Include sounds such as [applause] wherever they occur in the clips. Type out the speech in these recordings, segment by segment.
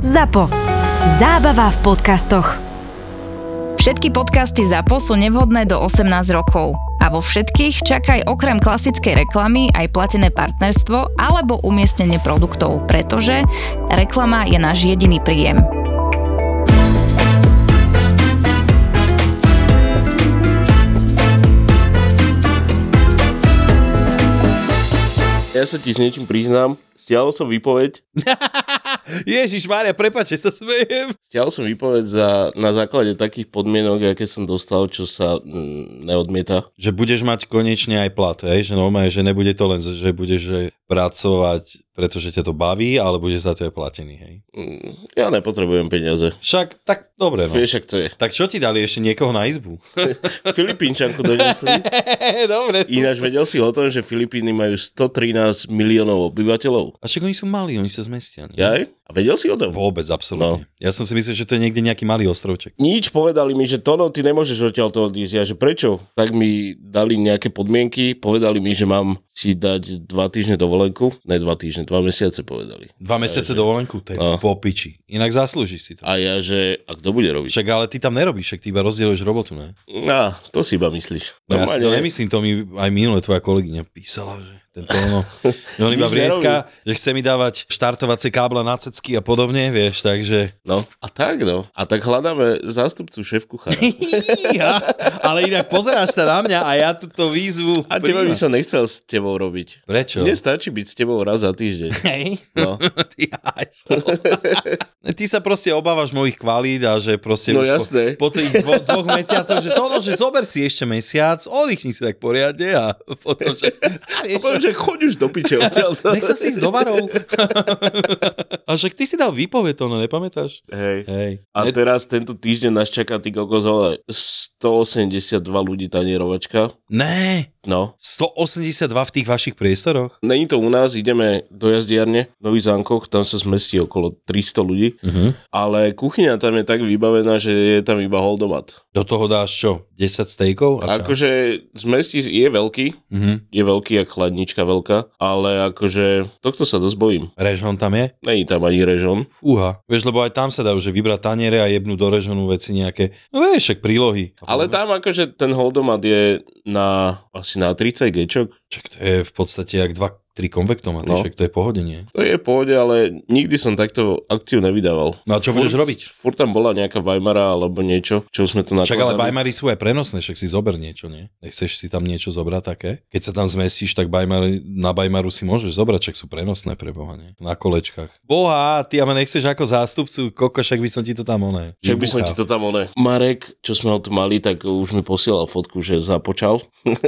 ZAPO. Zábava v podcastoch. Všetky podcasty ZAPO sú nevhodné do 18 rokov. A vo všetkých čakaj okrem klasickej reklamy aj platené partnerstvo alebo umiestnenie produktov, pretože reklama je náš jediný príjem. Ja sa ti s niečím priznám. Stiahol som výpoveď. Ježiš Mária, prepače, sa smejem. Stiahol som výpoveď za, na základe takých podmienok, aké som dostal, čo sa mm, neodmieta. Že budeš mať konečne aj plat, hej? že normálne, že nebude to len, že budeš že pracovať, pretože ťa to baví, ale budeš za to aj platený, hej? Mm, Ja nepotrebujem peniaze. Však, tak dobre, no. Vieš, ak to je. Tak čo ti dali ešte niekoho na izbu? [laughs] Filipínčanku donesli. dobre. Ináč vedel si o tom, že Filipíny majú 113 miliónov obyvateľov. A však oni sú malí, oni sa zmestia. Nie? Jaj? A vedel si o tom? Vôbec, absolútne. No. Ja som si myslel, že to je niekde nejaký malý ostrovček. Nič povedali mi, že Tono, ty nemôžeš odtiaľ to odísť. Ja, že prečo? Tak mi dali nejaké podmienky, povedali mi, že mám si dať dva týždne dovolenku. Ne dva týždne, dva mesiace povedali. Dva mesiace dovolenku, to je No. popiči. Inak zaslúžiš si to. A ja, že a kto bude robiť? Však ale ty tam nerobíš, však ty iba rozdieluješ robotu, ne? No, to si iba myslíš. No ja si to Normálne- nemyslím, to mi aj minule tvoja kolegyňa písala, že ten [laughs] tóno, že on iba Nič vrieska, že chce mi dávať štartovacie kábla na cecky a podobne, vieš, takže... No, a tak no. A tak hľadáme zástupcu šéf [laughs] kuchára. Ja, ale inak pozeráš sa na mňa a ja túto výzvu... A teba by príjmam. som nechcel s tebou robiť. Prečo? Mne stačí byť s tebou raz za týždeň. Hej. No. [laughs] Ty, aj so. Ty sa proste obávaš mojich kvalít a že proste No už jasné. Po, po tých dvo, dvoch mesiacoch, že to že zober si ešte mesiac, oddychni si tak poriadne a potom, [laughs] že... A A vieš čo? poviem, že choď už do piče. odtiaľ to. Nech sa si ísť do varov. [laughs] a však ty si dal výpoveď, to nepamätáš? [laughs] Hej. Hej. A teraz tento týždeň nás čaká ty kokos, ale 182 ľudí tanierovačka. Ne, No. 182 v tých vašich priestoroch. Není to u nás, ideme do jazdiarne v Nových Zánkoch, tam sa zmestí okolo 300 ľudí, Uh-huh. ale kuchyňa tam je tak vybavená, že je tam iba holdomat. Do toho dáš čo? 10 stejkov? A čo? Akože zmestí je veľký, Uh-huh. je veľký a chladnička veľká, ale akože tohto sa dosť bojím. Režon tam je? Není tam ani režon. Fúha. Vieš, lebo aj tam sa dajú, že vybrať taniere a jebnú do režonu veci nejaké. No vieš, však prílohy. Ale tam akože ten holdomat je na asi na 30 gečok. Čak to je v podstate jak dva, tri konvektomaty, No. no. však to je pohodenie. To je v pohode, ale nikdy som takto akciu nevydával. No a čo budeš robiť? Furt tam bola nejaká Weimara alebo niečo, čo sme tu nakladali. Čak ale Bajmary sú aj prenosné, však si zober niečo, nie? Nechceš si tam niečo zobrať také? Keď sa tam zmestíš, tak Bajmar, na Bajmaru si môžeš zobrať, čak sú prenosné pre Boha, nie? Na kolečkách. Boha, ty ale nechceš ako zástupcu, koko, však by som ti to tam oné. Čak by som ti to tam one. Marek, čo sme ho tu mali, tak už mi posielal fotku, že započal. [laughs]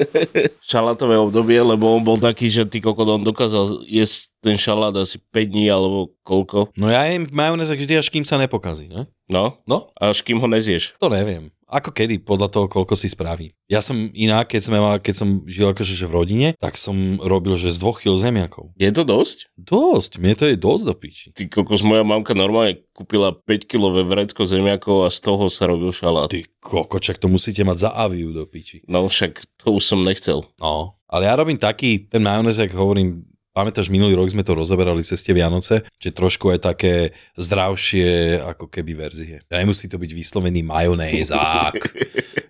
Šalatové obdobie, lebo on bol taký, že ty kokot, on dokázal jesť ten šalát asi 5 dní alebo koľko. No ja jem majonez vždy, až kým sa nepokazí, ne? No, No, až kým ho nezieš. To neviem. Ako kedy, podľa toho, koľko si spraví. Ja som iná, keď, sme mal, keď som žil akože že v rodine, tak som robil, že z dvoch kg zemiakov. Je to dosť? Dosť, mne to je dosť do piči. Ty kokos, moja mamka normálne kúpila 5-kilové vrecko zemiakov a z toho sa robil šalát. Ty kokočak, to musíte mať za aviu do piči. No však to už som nechcel. No, ale ja robím taký, ten majonez, ak hovorím, pamätáš, minulý rok sme to rozoberali cez tie Vianoce, že trošku je také zdravšie ako keby verzie. Nemusí to byť vyslovený [laughs] majonézák.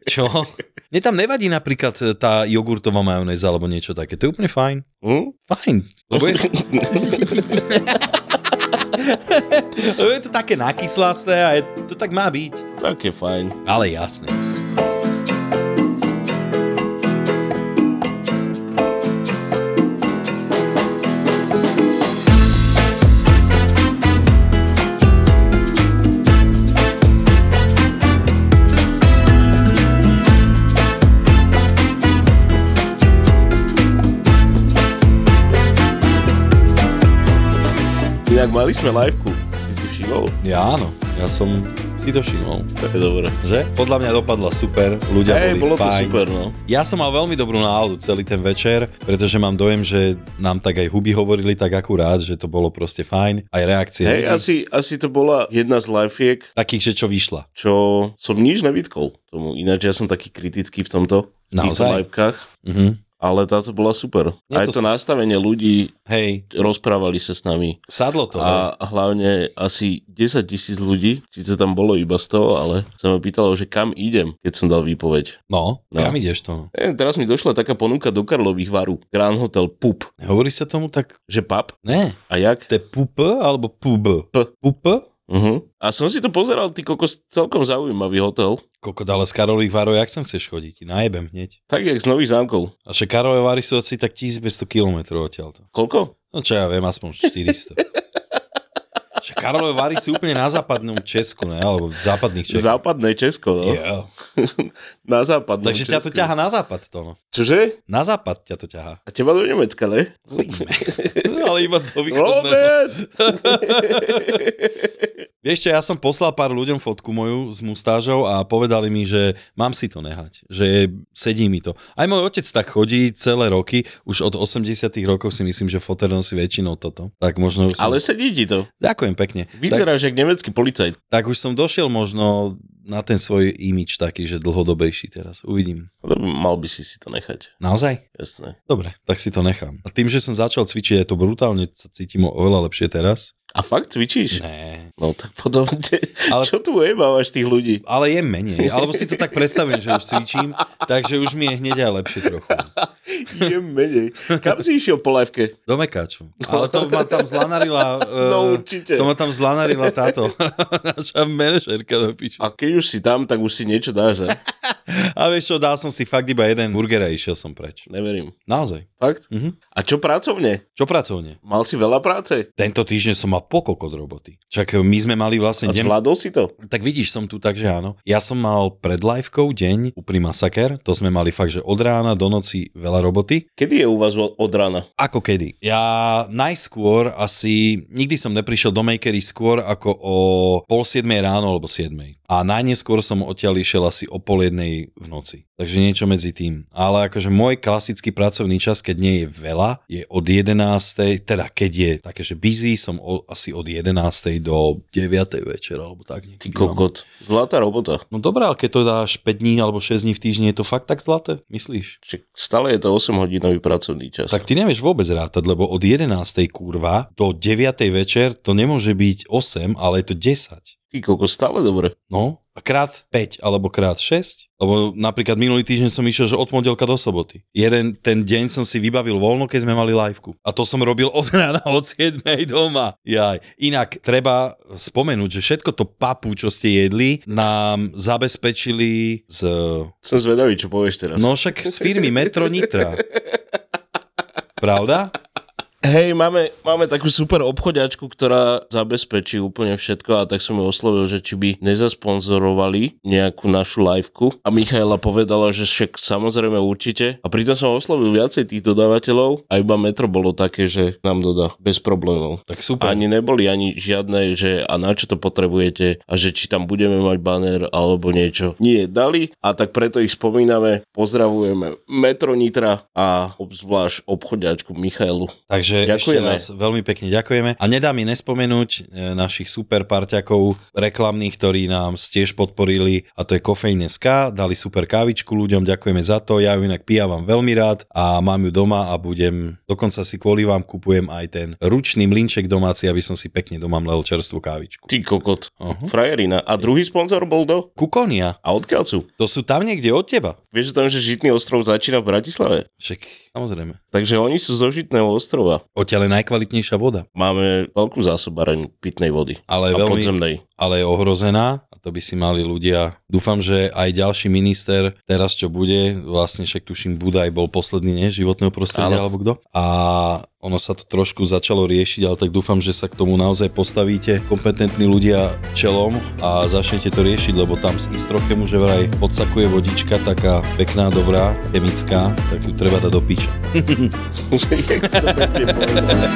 Čo? Mne tam nevadí napríklad tá jogurtová majonéza alebo niečo také. To je úplne fajn. Hm? Fajn. Lebo [laughs] je... Lebo je to také nakyslasté a je, to tak má byť. Tak je fajn. Ale jasne. Inak mali sme liveku. Si si všimol? Ja áno, ja som si to všimol. To je dobré. Že? Podľa mňa dopadla super, ľudia Hej, boli bolo to fajn. super, no. Ja som mal veľmi dobrú náladu celý ten večer, pretože mám dojem, že nám tak aj huby hovorili tak akurát, že to bolo proste fajn. Aj reakcie Hej, ľudí, asi, asi to bola jedna z lifeiek, takých, že čo vyšla. čo som nič nevytkol tomu. Ináč ja som taký kritický v tomto, v týchto Naozaj? livekách. Mhm. ale táto bola super. Je Aj to to s- nastavenie ľudí, Hej, rozprávali sa s nami. sadlo to. hej. A hlavne asi 10 tisíc ľudí, síce tam bolo iba 100, ale sa ma pýtalo, že kam idem, keď som dal výpoveď. No, No. kam ideš to? E, teraz mi došla taká ponuka do Karlových varu. Grand Hotel Pup. Hovorí sa tomu tak, Že pub? ne, A jak? to je pup alebo pub? P. Pup? Uh-huh. A som si to pozeral, ty kokos, celkom zaujímavý hotel. Koko ale z Karolých varov, jak sem chceš chodiť? Najebem hneď. Tak jak z Nových zámkov. A že Karolové vary sú asi tak 1500 km odtiaľto. Koľko? No čo ja viem, aspoň [laughs] 400. že Karolové vary sú úplne na západnom Česku, ne? Alebo v západných Čechách. Západné Česko, no. Yeah. [laughs] Na západnom Takže ťa to Česku. ťaha na západ to, no. Čože? Na západ ťa to [laughs] ťaha. A teba do Nemecka, ne? No, Ale iba do východného. [laughs] Robert! Vieš čo, ja som poslal pár ľuďom fotku moju s mustážou a povedali mi, že mám si to nehať, že sedí mi to. Aj môj otec tak chodí celé roky, už od 80 rokov si myslím, že foter nosí väčšinou toto. Tak možno... už Som... Ale sedí ti to. Ďakujem pekne. Tak, Vyzeráš jak nemecký policajt. tak už som došiel možno na ten svoj imič taký, že dlhodobejší teraz. Uvidím. Ale No, Mal by si si to nechať. Naozaj? Jasné. Dobre, tak si to nechám. A tým, že som začal cvičiť, je to brutálne, sa cítim oveľa lepšie teraz. A fakt cvičíš? Ne, No tak potom, [laughs] Ale- ale... čo tu ujebávaš tých ľudí? ale je menej. Alebo si to tak predstavím, že už cvičím, takže už mi je hneď aj lepšie trochu. Je menej. Kam si išiel po levke? Do Mekáču. Ale to ma tam zlanarila... eh, No, určite. To ma tam zlanarila táto [laughs] naša manažerka do piču. A keď už si tam, tak už si niečo dáš, ne? A vieš čo, dal som si fakt iba jeden burger a išiel som preč. Neverím. Naozaj. Fakt? Mhm. A čo pracovne? Čo pracovne? Mal si veľa práce? Tento týždeň som mal pokok od roboty. Čak my sme mali A vlastne deň... zvládol si to? Tak vidíš, som tu, takže áno. Ja som mal pred livekou deň pri Masaker, to sme mali fakt, že od rána do noci veľa roboty. Kedy je u vás od od rána? Ako kedy? Ja najskôr asi, nikdy som neprišiel do Makery skôr ako o pol siedmej ráno alebo siedmej. A najneskôr som odtiaľ išiel asi o pol jednej v noci. Takže niečo medzi tým. Ale akože môj klasický pracovný čas, keď nie je veľa, je od 11. Teda keď je také, že busy, som o, asi od 11. do 9. večera alebo tak. Ty niekedy, no. kokot. Zlatá robota. No dobré, ale keď to dáš 5 dní alebo 6 dní v týždni, je to fakt tak zlaté, myslíš? Čiže stále je to 8-hodinový pracovný čas. Tak ty nevieš vôbec rátať, lebo od 11. kurva do 9. večer to nemôže byť 8, ale je to 10. Ty kokos, stále dobre. No, a krát 5 alebo krát 6, lebo napríklad minulý týždeň som išiel, že od pondelka do soboty. Jeden ten deň som si vybavil voľno, keď sme mali liveku. A to som robil od rána od 7 doma. Jaj. Inak treba spomenúť, že všetko to papu, čo ste jedli, nám zabezpečili z... Som zvedavý, čo povieš teraz. No však z firmy Metro Nitra. Pravda? Hej, máme, máme takú super obchodiačku, ktorá zabezpečí úplne všetko a tak som ju oslovil, že či by nezasponzorovali nejakú našu liveku. A Michaela povedala, že však samozrejme určite. A pritom som oslovil viacej tých dodávateľov a iba Metro bolo také, že nám dodá bez problémov. Tak super. Ani neboli ani žiadne, že a na čo to potrebujete a že či tam budeme mať banér alebo niečo. Nie, dali a tak preto ich spomíname. Pozdravujeme Metro Nitra a obzvlášť obchodiačku Michaelu. Takže Ďakujeme. ešte raz veľmi pekne ďakujeme. A nedá mi nespomenúť e, našich super parťakov reklamných, ktorí nám tiež podporili, a to je Kofeín.sk, dali super kávičku ľuďom, ďakujeme za to, ja ju inak pijávam veľmi rád a mám ju doma a budem, dokonca si kvôli vám kupujem aj ten ručný mlinček domáci, aby som si pekne doma mlel čerstvú kávičku. Ty kokot. No, Aha. Frajerina. A druhý sponzor bol do? Kukonia, A odkiaľ sú? to sú tam niekde od teba. Vieš o tom, že Žitný ostrov začína v Bratislave? Však, samozrejme. Takže oni sú zo Žitného ostrova. Odtiaľ je najkvalitnejšia voda, Máme veľkú zásobareň pitnej vody. ale a veľmi... podzemnej. ale je ohrozená a to by si mali ľudia. Dúfam, že aj ďalší minister teraz, čo bude, vlastne však tuším, Budaj bol posledný, nie? Životného prostredia Áno. alebo kto. A ono sa to trošku začalo riešiť, ale tak dúfam, že sa k tomu naozaj postavíte kompetentní ľudia čelom a začnete to riešiť, lebo tam z Istrochem už je vraj podsakuje vodička, taká pekná, dobrá, chemická, tak ju treba dať do piče. Jak si to pekne povedal.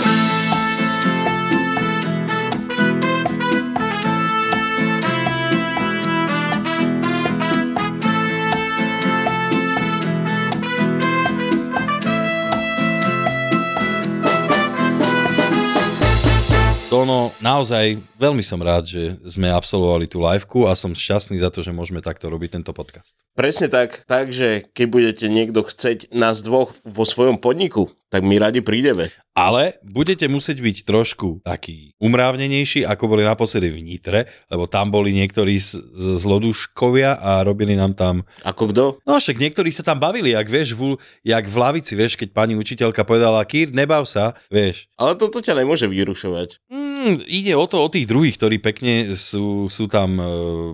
To Kono, naozaj veľmi som rád, že sme absolvovali tú liveku a som šťastný za to, že môžeme takto robiť tento podcast. Presne tak. Takže keď budete niekto chceť nás dvoch vo svojom podniku, tak my radi prídeme. Ale budete musieť byť trošku taký umrávnenejší, ako boli naposledy v Nitre, lebo tam boli niektorí z, z zloduškovia a robili nám tam... Ako kto? No však niektorí sa tam bavili, jak vieš, v, jak v lavici, vieš, keď pani učiteľka povedala, Kýr, nebav sa, vieš. Ale toto ťa nemôže vyrušovať. Mm, ide o to, o tých druhých, ktorí pekne sú, sú tam, e,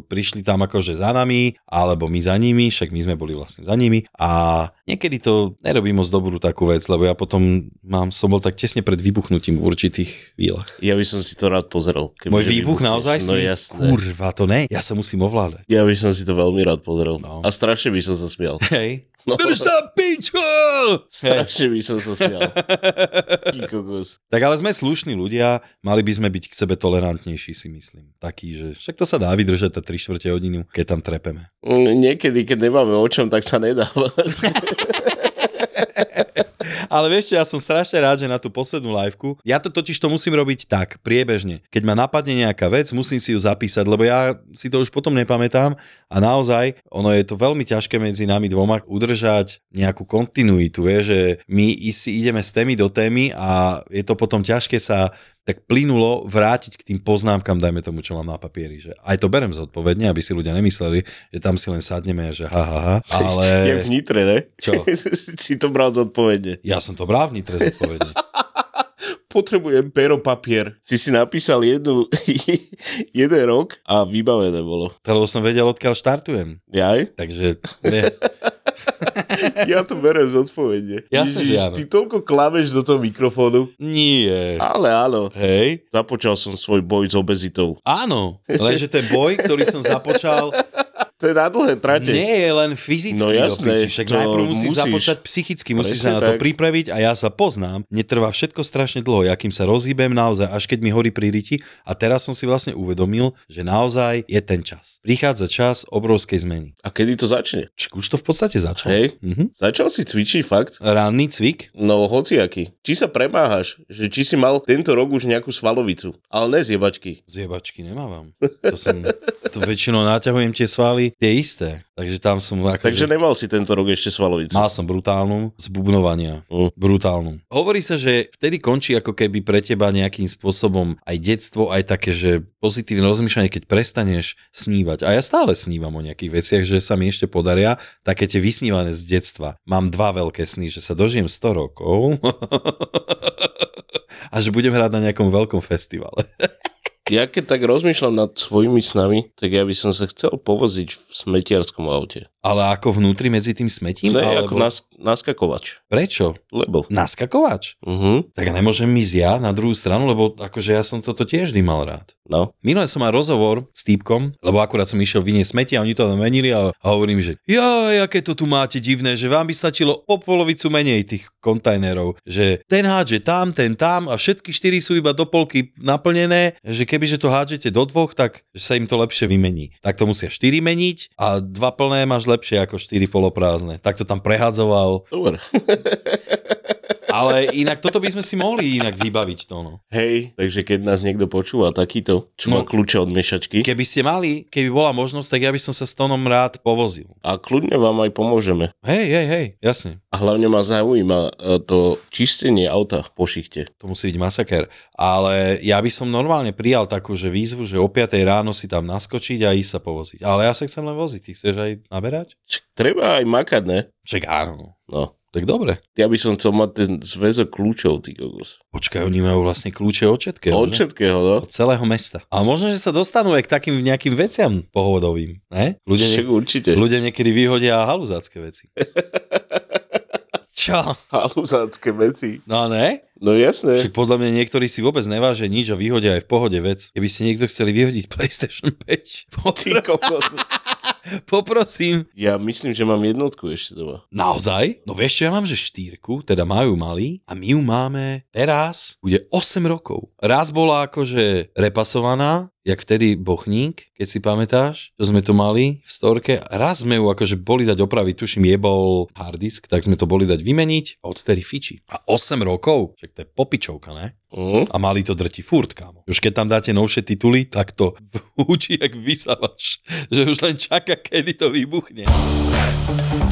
prišli tam akože za nami, alebo my za nimi, však my sme boli vlastne za nimi a niekedy to nerobí moc dobrú takú vec, lebo ja potom mám, som bol tak tesne pred vybuchnutím v určitých chvíľach. Ja by som si to rád pozrel. kebyže Môj výbuch vybuchne. naozaj? No sný? jasné. Kurva, to ne, ja sa musím ovládať. Ja by som si to veľmi rád pozrel. No. No. A strašne by som sa smial. Hej. No. Drž tam pičko! Hej. Strašne by som sa smial. Ty kokos. Tak ale sme slušní ľudia, mali by sme byť k sebe tolerantnejší, si myslím. Taký, že však to sa dá vydržať to 3 čtvrte hodinu, keď tam trepeme. Mm, Niekedy, keď nemáme o čom, tak sa nedáva. Ale vieš čo, ja som strašne rád, že na tú poslednú liveku, ja to totiž to musím robiť tak, priebežne. Keď ma napadne nejaká vec, musím si ju zapísať, lebo ja si to už potom nepamätám a naozaj, ono je to veľmi ťažké medzi nami dvoma udržať nejakú kontinuitu, vieš, že my i- si ideme z témy do témy a je to potom ťažké sa tak plynulo vrátiť k tým poznámkam, dajme tomu, čo mám na papieri. Že aj to berem zodpovedne, aby si ľudia nemysleli, že tam si len sadneme, že ha, ha, ha, ale... [laughs] [laughs] Je v Nitre, ne? Čo? [laughs] si to bral zodpovedne. Ja som to bral vnitre zodpovedne. Potrebujem pero papier. Si si napísal jednu, [laughs] jeden rok a vybavené bolo. To, lebo som vedel, odkiaľ štartujem. Jaj? Takže [laughs] nie. Ja to berem zodpovedne. Jasné, že áno. Ty toľko klameš do toho mikrofónu. nie. Ale áno. Hej. Započal som svoj boj s obezitou. Áno, lenže ten boj, ktorý som započal, To je na dlhé trate. nie je len fyzický. No do jasné, piči, však to najprv musíš, musíš. započať psychicky, musíš sa Presne na to tak. pripraviť a ja sa poznám. Netrvá všetko strašne dlho, ja kým sa rozhýbem naozaj, až keď mi horí pri riti. A teraz som si vlastne uvedomil, že naozaj je ten čas. Prichádza čas obrovskej zmeny. A kedy to začne? Čiže už to v podstate začalo. Hej? Mhm. Začal si cvičiť fakt? Ranný cvik? No, hociaký. Či sa premáhaš, že či si mal tento rok už nejakú svalovicu, ale ne zjebačky. Zjebačky nemávam. To som, to väčšinou naťahujem tie svaly, tie isté. Takže tam som ako, Takže nemal si tento rok ešte svalovicu. mal som brutálnu z bubnovania. Mm. Brutálnu. Hovorí sa, že vtedy končí ako keby pre teba nejakým spôsobom aj detstvo, aj také, že pozitívne rozmýšľanie, keď prestaneš snívať. A ja stále snívam o nejakých veciach, že sa mi ešte podaria také tie vysnívané z detstva. Mám dva veľké sny, že sa dožijem 100 rokov [laughs] a že budem hrať na nejakom veľkom festivale. Ja keď tak rozmýšľam nad svojimi snami, tak ja by som sa chcel povoziť v smetiarskom aute. Ale ako vnútri medzi tým smetím? Ne, alebo... ako nas, naskakovač. Prečo? Lebo. Naskakovač? Mhm, Tak nemôžem ísť ja na druhú stranu, lebo akože ja som toto tiež vždy mal rád. no. Minule som mal rozhovor s týpkom, lebo akurát som išiel vyniesť smetie a oni to menili a, a hovorím, že ja, aké to tu máte divné, že vám by stačilo o polovicu menej tých kontajnerov, že ten hádže tam, ten tam a všetky štyri sú iba do polky naplnené, že kebyže to hádžete do dvoch, tak že sa im to lepšie vymení. Tak to musia štyri meniť a dva plné máš lepšie ako štyri poloprázdne. Tak to tam prehádzoval Dobre. [laughs] Ale inak toto by sme si mohli inak vybaviť to, no. Hej, takže keď nás niekto počúva takýto, čo má No. kľúče od miešačky, Keby ste mali, keby bola možnosť, tak ja by som sa s Tonom rád povozil. a kľudne vám aj pomôžeme. Hej, hej, hej, jasne. A hlavne ma zaujíma e, to čistenie auta po šichte. To musí byť masaker. Ale ja by som normálne prijal takú že výzvu, že o 5 ráno si tam naskočiť a ísť sa povoziť. Ale ja sa chcem len voziť. Ty chceš aj naberať? Č- treba aj makať, ne? Čak áno. No. Tak dobre. Ja by som chcel mať ten zväzok kľúčov, ty kokos. Počkaj, oni majú vlastne kľúče od všetkého. Od že? všetkého, no. Od celého mesta. Ale možno, že sa dostanú aj k takým nejakým veciam pohodovým. Ne? Ľudia, Však nie, určite. ľudia niekedy vyhodia haluzácké [laughs] veci. Čo? Halúzácké veci. No ne? No jasné. Však podľa mňa niektorí si vôbec nevážia nič a vyhodia aj v pohode vec. Keby ste niekto chceli vyhodiť PlayStation [laughs] 5, Ty popr- kokos. poprosím. [laughs] Ja myslím, že mám jednotku ešte doma. Naozaj? No vieš čo, ja mám, že štýrku, teda majú malý a my ju máme teraz, bude 8 rokov. Raz bola akože repasovaná, jak vtedy bochník, keď si pamätáš, čo sme tu mali v storke. Raz sme ju akože boli dať opraviť, tuším, jebol hard disk, tak sme to boli dať vymeniť a odtedy fiči. A 8 rokov, však to je popičovka, ne? Mm. A mali to drti furt, kámo. Už keď tam dáte novšie tituly, tak to [laughs] učí, jak vysávaš, že už len čaká, kedy to vybuchne.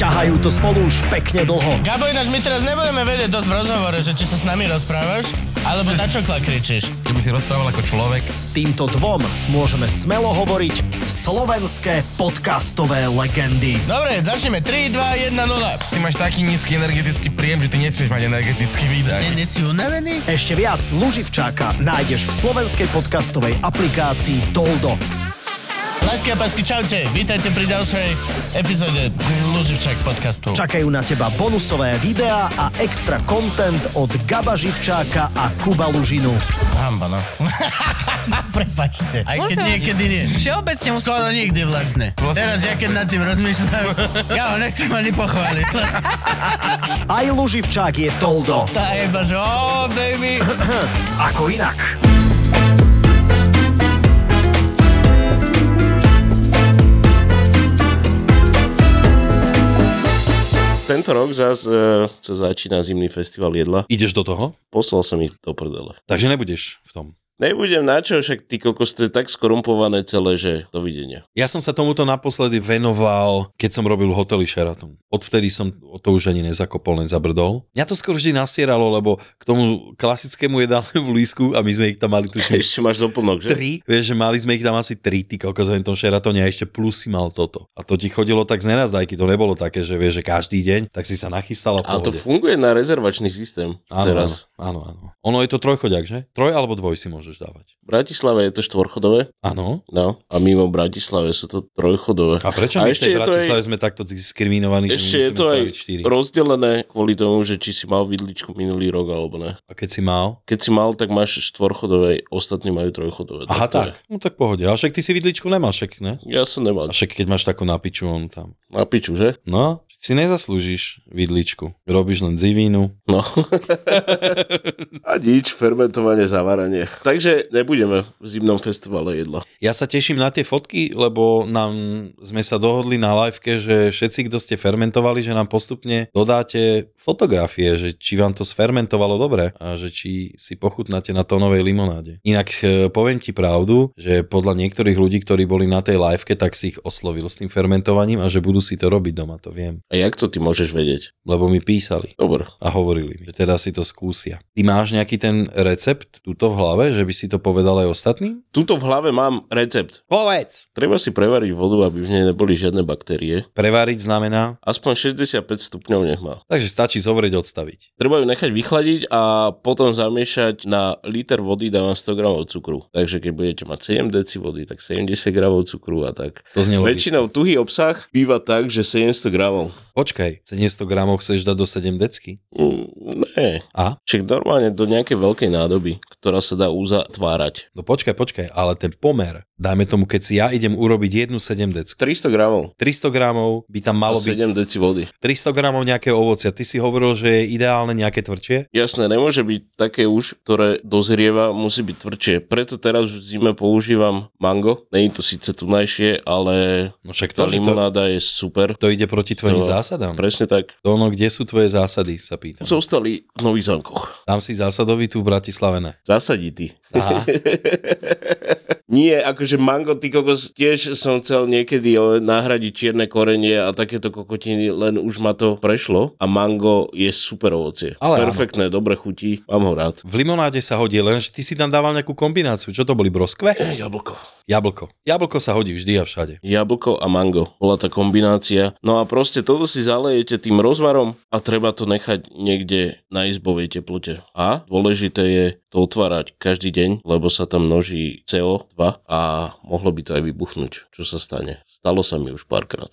Ťahajú to spolu už pekne dlho. Gabo, ináč my teraz nebudeme vedieť dosť v rozhovore, že či sa s nami rozprávaš, alebo na čokla kričíš. Keby si rozprával ako človek, Týmto dvom môžeme smelo hovoriť slovenské podcastové legendy. Dobre, začneme. 3, 2, 1, 0. ty máš taký nízky energetický príjem, že ty nesmieš mať energetický výdaj. Nie si unavený? Ešte viac Luživčáka nájdeš v slovenskej podcastovej aplikácii Toldo. Lásky a pásky, čaute. Vítajte pri ďalšej epizóde Luživčák podcastu. Čakajú na teba bonusové videá a extra content od Gaba Živčáka a Kuba Lužinu. Hamba, no. [laughs] Prepačte. Aj keď Musím. niekedy nie. Všeobecne musí... Skoro nikdy vlastne. Teraz ja keď nad tým [laughs] rozmýšľam, ja ho nechcem ani pochváliť. Vlastne. Aj Luživčák je Toldo. Tá jeba, že oh, baby. Ako inak. Tento rok zás, e, sa začína zimný festival jedla. Ideš do toho? Poslal som ich do prdele. Takže nebudeš v tom. Nebudem na čo, však ty kokos, to je tak skorumpované celé, že dovidenia. [laughs] Ja som sa tomuto naposledy venoval, keď som robil hotely Sheraton. Odvtedy som o to už ani nezakopol, len zabrdol. Mňa to skoro vždy nasieralo, lebo k tomu klasickému jedálnemu lísku, a my sme ich tam mali tuším Ešte máš doplnok, že? tri, vieš, že mali sme ich tam asi tri, ty kokos, v tom Sheratone a ešte plus si mal toto. A to ti chodilo tak z nenazdajky, to nebolo také, že vieš, že každý deň, tak si sa nachystala Ale to funguje na rezervačný systém Áno, teraz. áno, áno, áno. Ono je to trojchodiak, že? Troj alebo dvoj si môžeš dávať. V Bratislave je to štvorchodové, Áno. no, a mimo Bratislave sú to trojchodové. A prečo A my v ešte tej je to aj- Bratislave sme takto diskriminovaní, Ešte že my je musíme to aj spraviť štyri? rozdelené kvôli tomu, že či si mal vidličku minulý rok alebo ne. A keď si mal? Keď si mal, tak máš štvorchodové, ostatní majú trojchodové. Aha, to tak. je. No tak pohode. A však ty si vidličku nemáš, však ne? Ja som nemal. A však keď máš takú napiču, on tam. Na piču, že? No, si nezaslúžiš vidličku. Robíš len dzivínu. [laughs] No. A nič, fermentovanie, zaváranie. Takže nebudeme v zimnom festivale jedla. Ja sa teším na tie fotky, lebo nám sme sa dohodli na liveke, že všetci, kto ste fermentovali, že nám postupne dodáte fotografie, že či vám to sfermentovalo dobre a že či si pochutnáte na tónovej limonáde. Inak eh, poviem ti pravdu, že podľa niektorých ľudí, ktorí boli na tej liveke, tak si ich oslovil s tým fermentovaním a že budú si to robiť doma, to viem. A jak to ty môžeš vedieť? Lebo mi písali. Dobre. a hovorili mi, že teda si to skúsia. Ty máš nejaký ten recept tuto v hlave, že by si to povedal aj ostatným? Tuto v hlave mám recept. Povedz! Treba si prevariť vodu, aby v nej neboli žiadne baktérie. Preváriť znamená, Aspoň 65 stupňov nech má. takže stačí zovrieť odstaviť. Treba ju nechať vychladiť a potom zamiešať na liter vody dávam 100 gramov cukru. Takže keď budete mať 7 deci vody, tak 70 gramov cukru a tak. To znelo Väčšinou tuhý obsah býva tak, že 700 gramov. Počkaj, 700 gramov chceš dať do 7 decky? Mm, ne. A? Však normálne do nejakej veľkej nádoby, ktorá sa dá uzatvárať. No počkaj, počkaj, ale ten pomer, dajme tomu, keď si ja idem urobiť jednu 7 decku, 300 gramov 300 gramov by tam a malo byť 7 deci vody. 300 gramov nejakého ovocia. Ty si hovoril, že je ideálne nejaké tvrdšie? Jasné, nemôže byť také už, ktoré dozrieva, musí byť tvrdšie. Preto teraz v zime používam mango. Není to síce tunajšie, ale No však tá to, že to, limonáda je super. to ide proti tvojim To- zásadám. No, Presne tak. To ono, kde sú tvoje zásady, sa pýtam. Zostali v Nových Zankoch. Tam si zásadový tu v Bratislave ne. Zasadí ty. Aha. [laughs] Nie, akože mango, ty kokos, tiež som chcel niekedy o, nahradiť čierne korenie a takéto kokotiny, len už ma to prešlo a mango je super ovocie. Ale áno. Perfektné, dobre chutí, mám ho rád. V limonáde sa hodí, lenže ty si tam dával nejakú kombináciu. Čo to boli, broskve? Jablko. Jablko. Jablko sa hodí vždy a všade. Jablko a mango. Bola tá kombinácia. No a proste toto si zalejete tým rozvarom a treba to nechať niekde na izbovej teplote. A dôležité je to otvárať každý deň, lebo sa tam množí CO2 a mohlo by to aj vybuchnúť. Čo sa stane? Stalo sa mi už párkrát.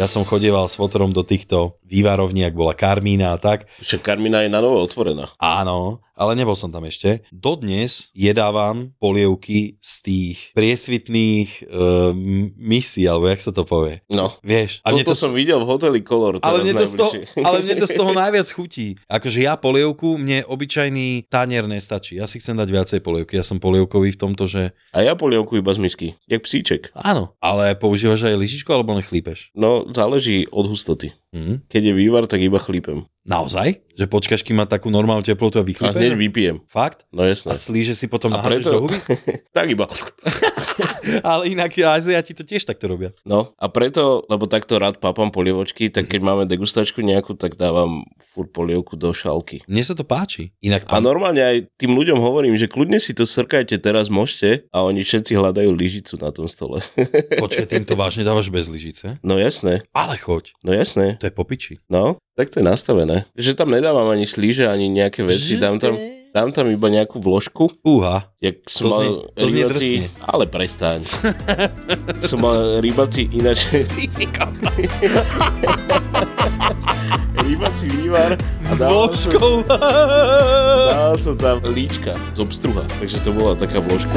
Ja som chodieval s fotorom do týchto vývarovni, ak bola Karmína a tak. Však Karmina je na novo otvorená. Áno, ale nebol som tam ešte. Dodnes jedávam polievky z tých priesvitných uh, misí, alebo jak sa to povie. No. Vieš, A a mne Toto to, to... som videl v hoteli Color. ale, mne to z toho, ale mne to z toho na... najviac chutí. Akože ja polievku, mne obyčajný tanier nestačí. Ja si chcem dať viacej polievky. Ja som polievkový v tomto, že A ja polievku iba z misky, jak psíček. áno, ale používaš aj lyžičku alebo len chlípeš? No, záleží od hustoty. Hm? Keď je vývar, tak iba chlípem. Naozaj? Že počkaš, kým má takú normálnu teplotu a A hneď vychlípeš? vypijem. Fakt? No A jasné. slíže si potom A nahážeš do huby? [laughs] tak iba. Ale inak Aziati to tiež takto robia. No a preto, lebo takto rád papám polievočky, tak keď máme degustačku nejakú, tak dávam fur polievku do šálky. Mne sa to páči. Inak A pán, normálne aj tým ľuďom hovorím, že kľudne si to srkajte teraz, môžete. A oni všetci hľadajú lyžicu na tom stole. [laughs] počkaj, tým to vážne dávaš bez lyžice? no jasné, Ale choď, no jasné. to je popiči. No, tak to je nastavené. Že tam nedávam ani slíže, ani nejaké veci. Dám tam, dám tam iba nejakú vložku. Úha, Jak som To mal znie- to znie rybací- drsne. Ale prestaň. [laughs] som mal rybací [laughs] ináč... [laughs] rybací vývar. a s dával som- [laughs] vložkou. Dával som tam líčka z obstruha. Takže to bola taká vložka.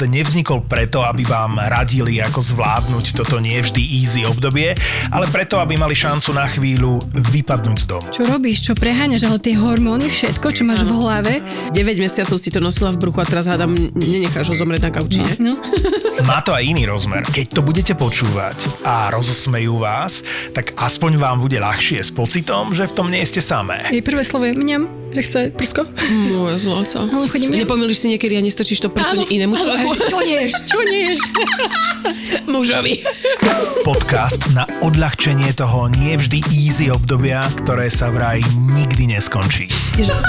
nevznikol preto, aby vám radili, ako zvládnuť toto nie vždy easy obdobie, ale preto, aby mali šancu na chvíľu vypadnúť z domu. Čo robíš, čo preháňaš, ale tie hormóny, všetko, čo máš v hlave. 9 mesiacov si to nosila v bruchu a teraz hádam, nenecháš ho zomrieť na gauči, ne? No. Má to aj iný rozmer. Keď to budete počúvať a rozosmejú vás, tak aspoň vám bude ľahšie s pocitom, že v tom nie ste samé. Jej prvé slovo je mňam, že chce prsko. Moje zlato. Ale chodím mňam. Nepomýliš si niekedy a nestačíš to prsunie inému áno, [laughs] človeku? že čo nieš, čo nieš. mužovi. Podcast na odľahčenie toho nie vždy easy obdobia, ktoré sa vraj nikdy neskončí.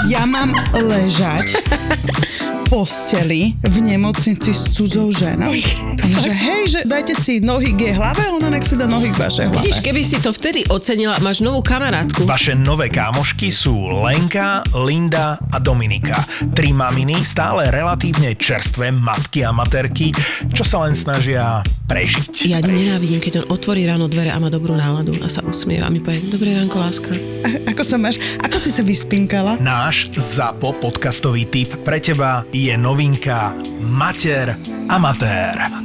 Ja mám ležať v posteli v nemocnici s cudzou ženou. Že hej, že dajte si nohy k jej hlave, ona nech si dá nohy k vašej hlave. Vidíš, keby si to vtedy ocenila, máš novú kamarátku. Vaše nové kámošky sú Lenka, Linda a Dominika. Tri maminy, stále relatívne čerstvé matky a materky, čo sa len snažia prežiť. Ja nenávidím, keď on otvorí ráno dvere a má dobrú náladu a sa usmieva a mi povie, dobré ránko, láska. A- Ako sa máš? Ako si sa vyspinkala? Náš ZAPO podcastový tip pre teba je novinka Mater Amatér.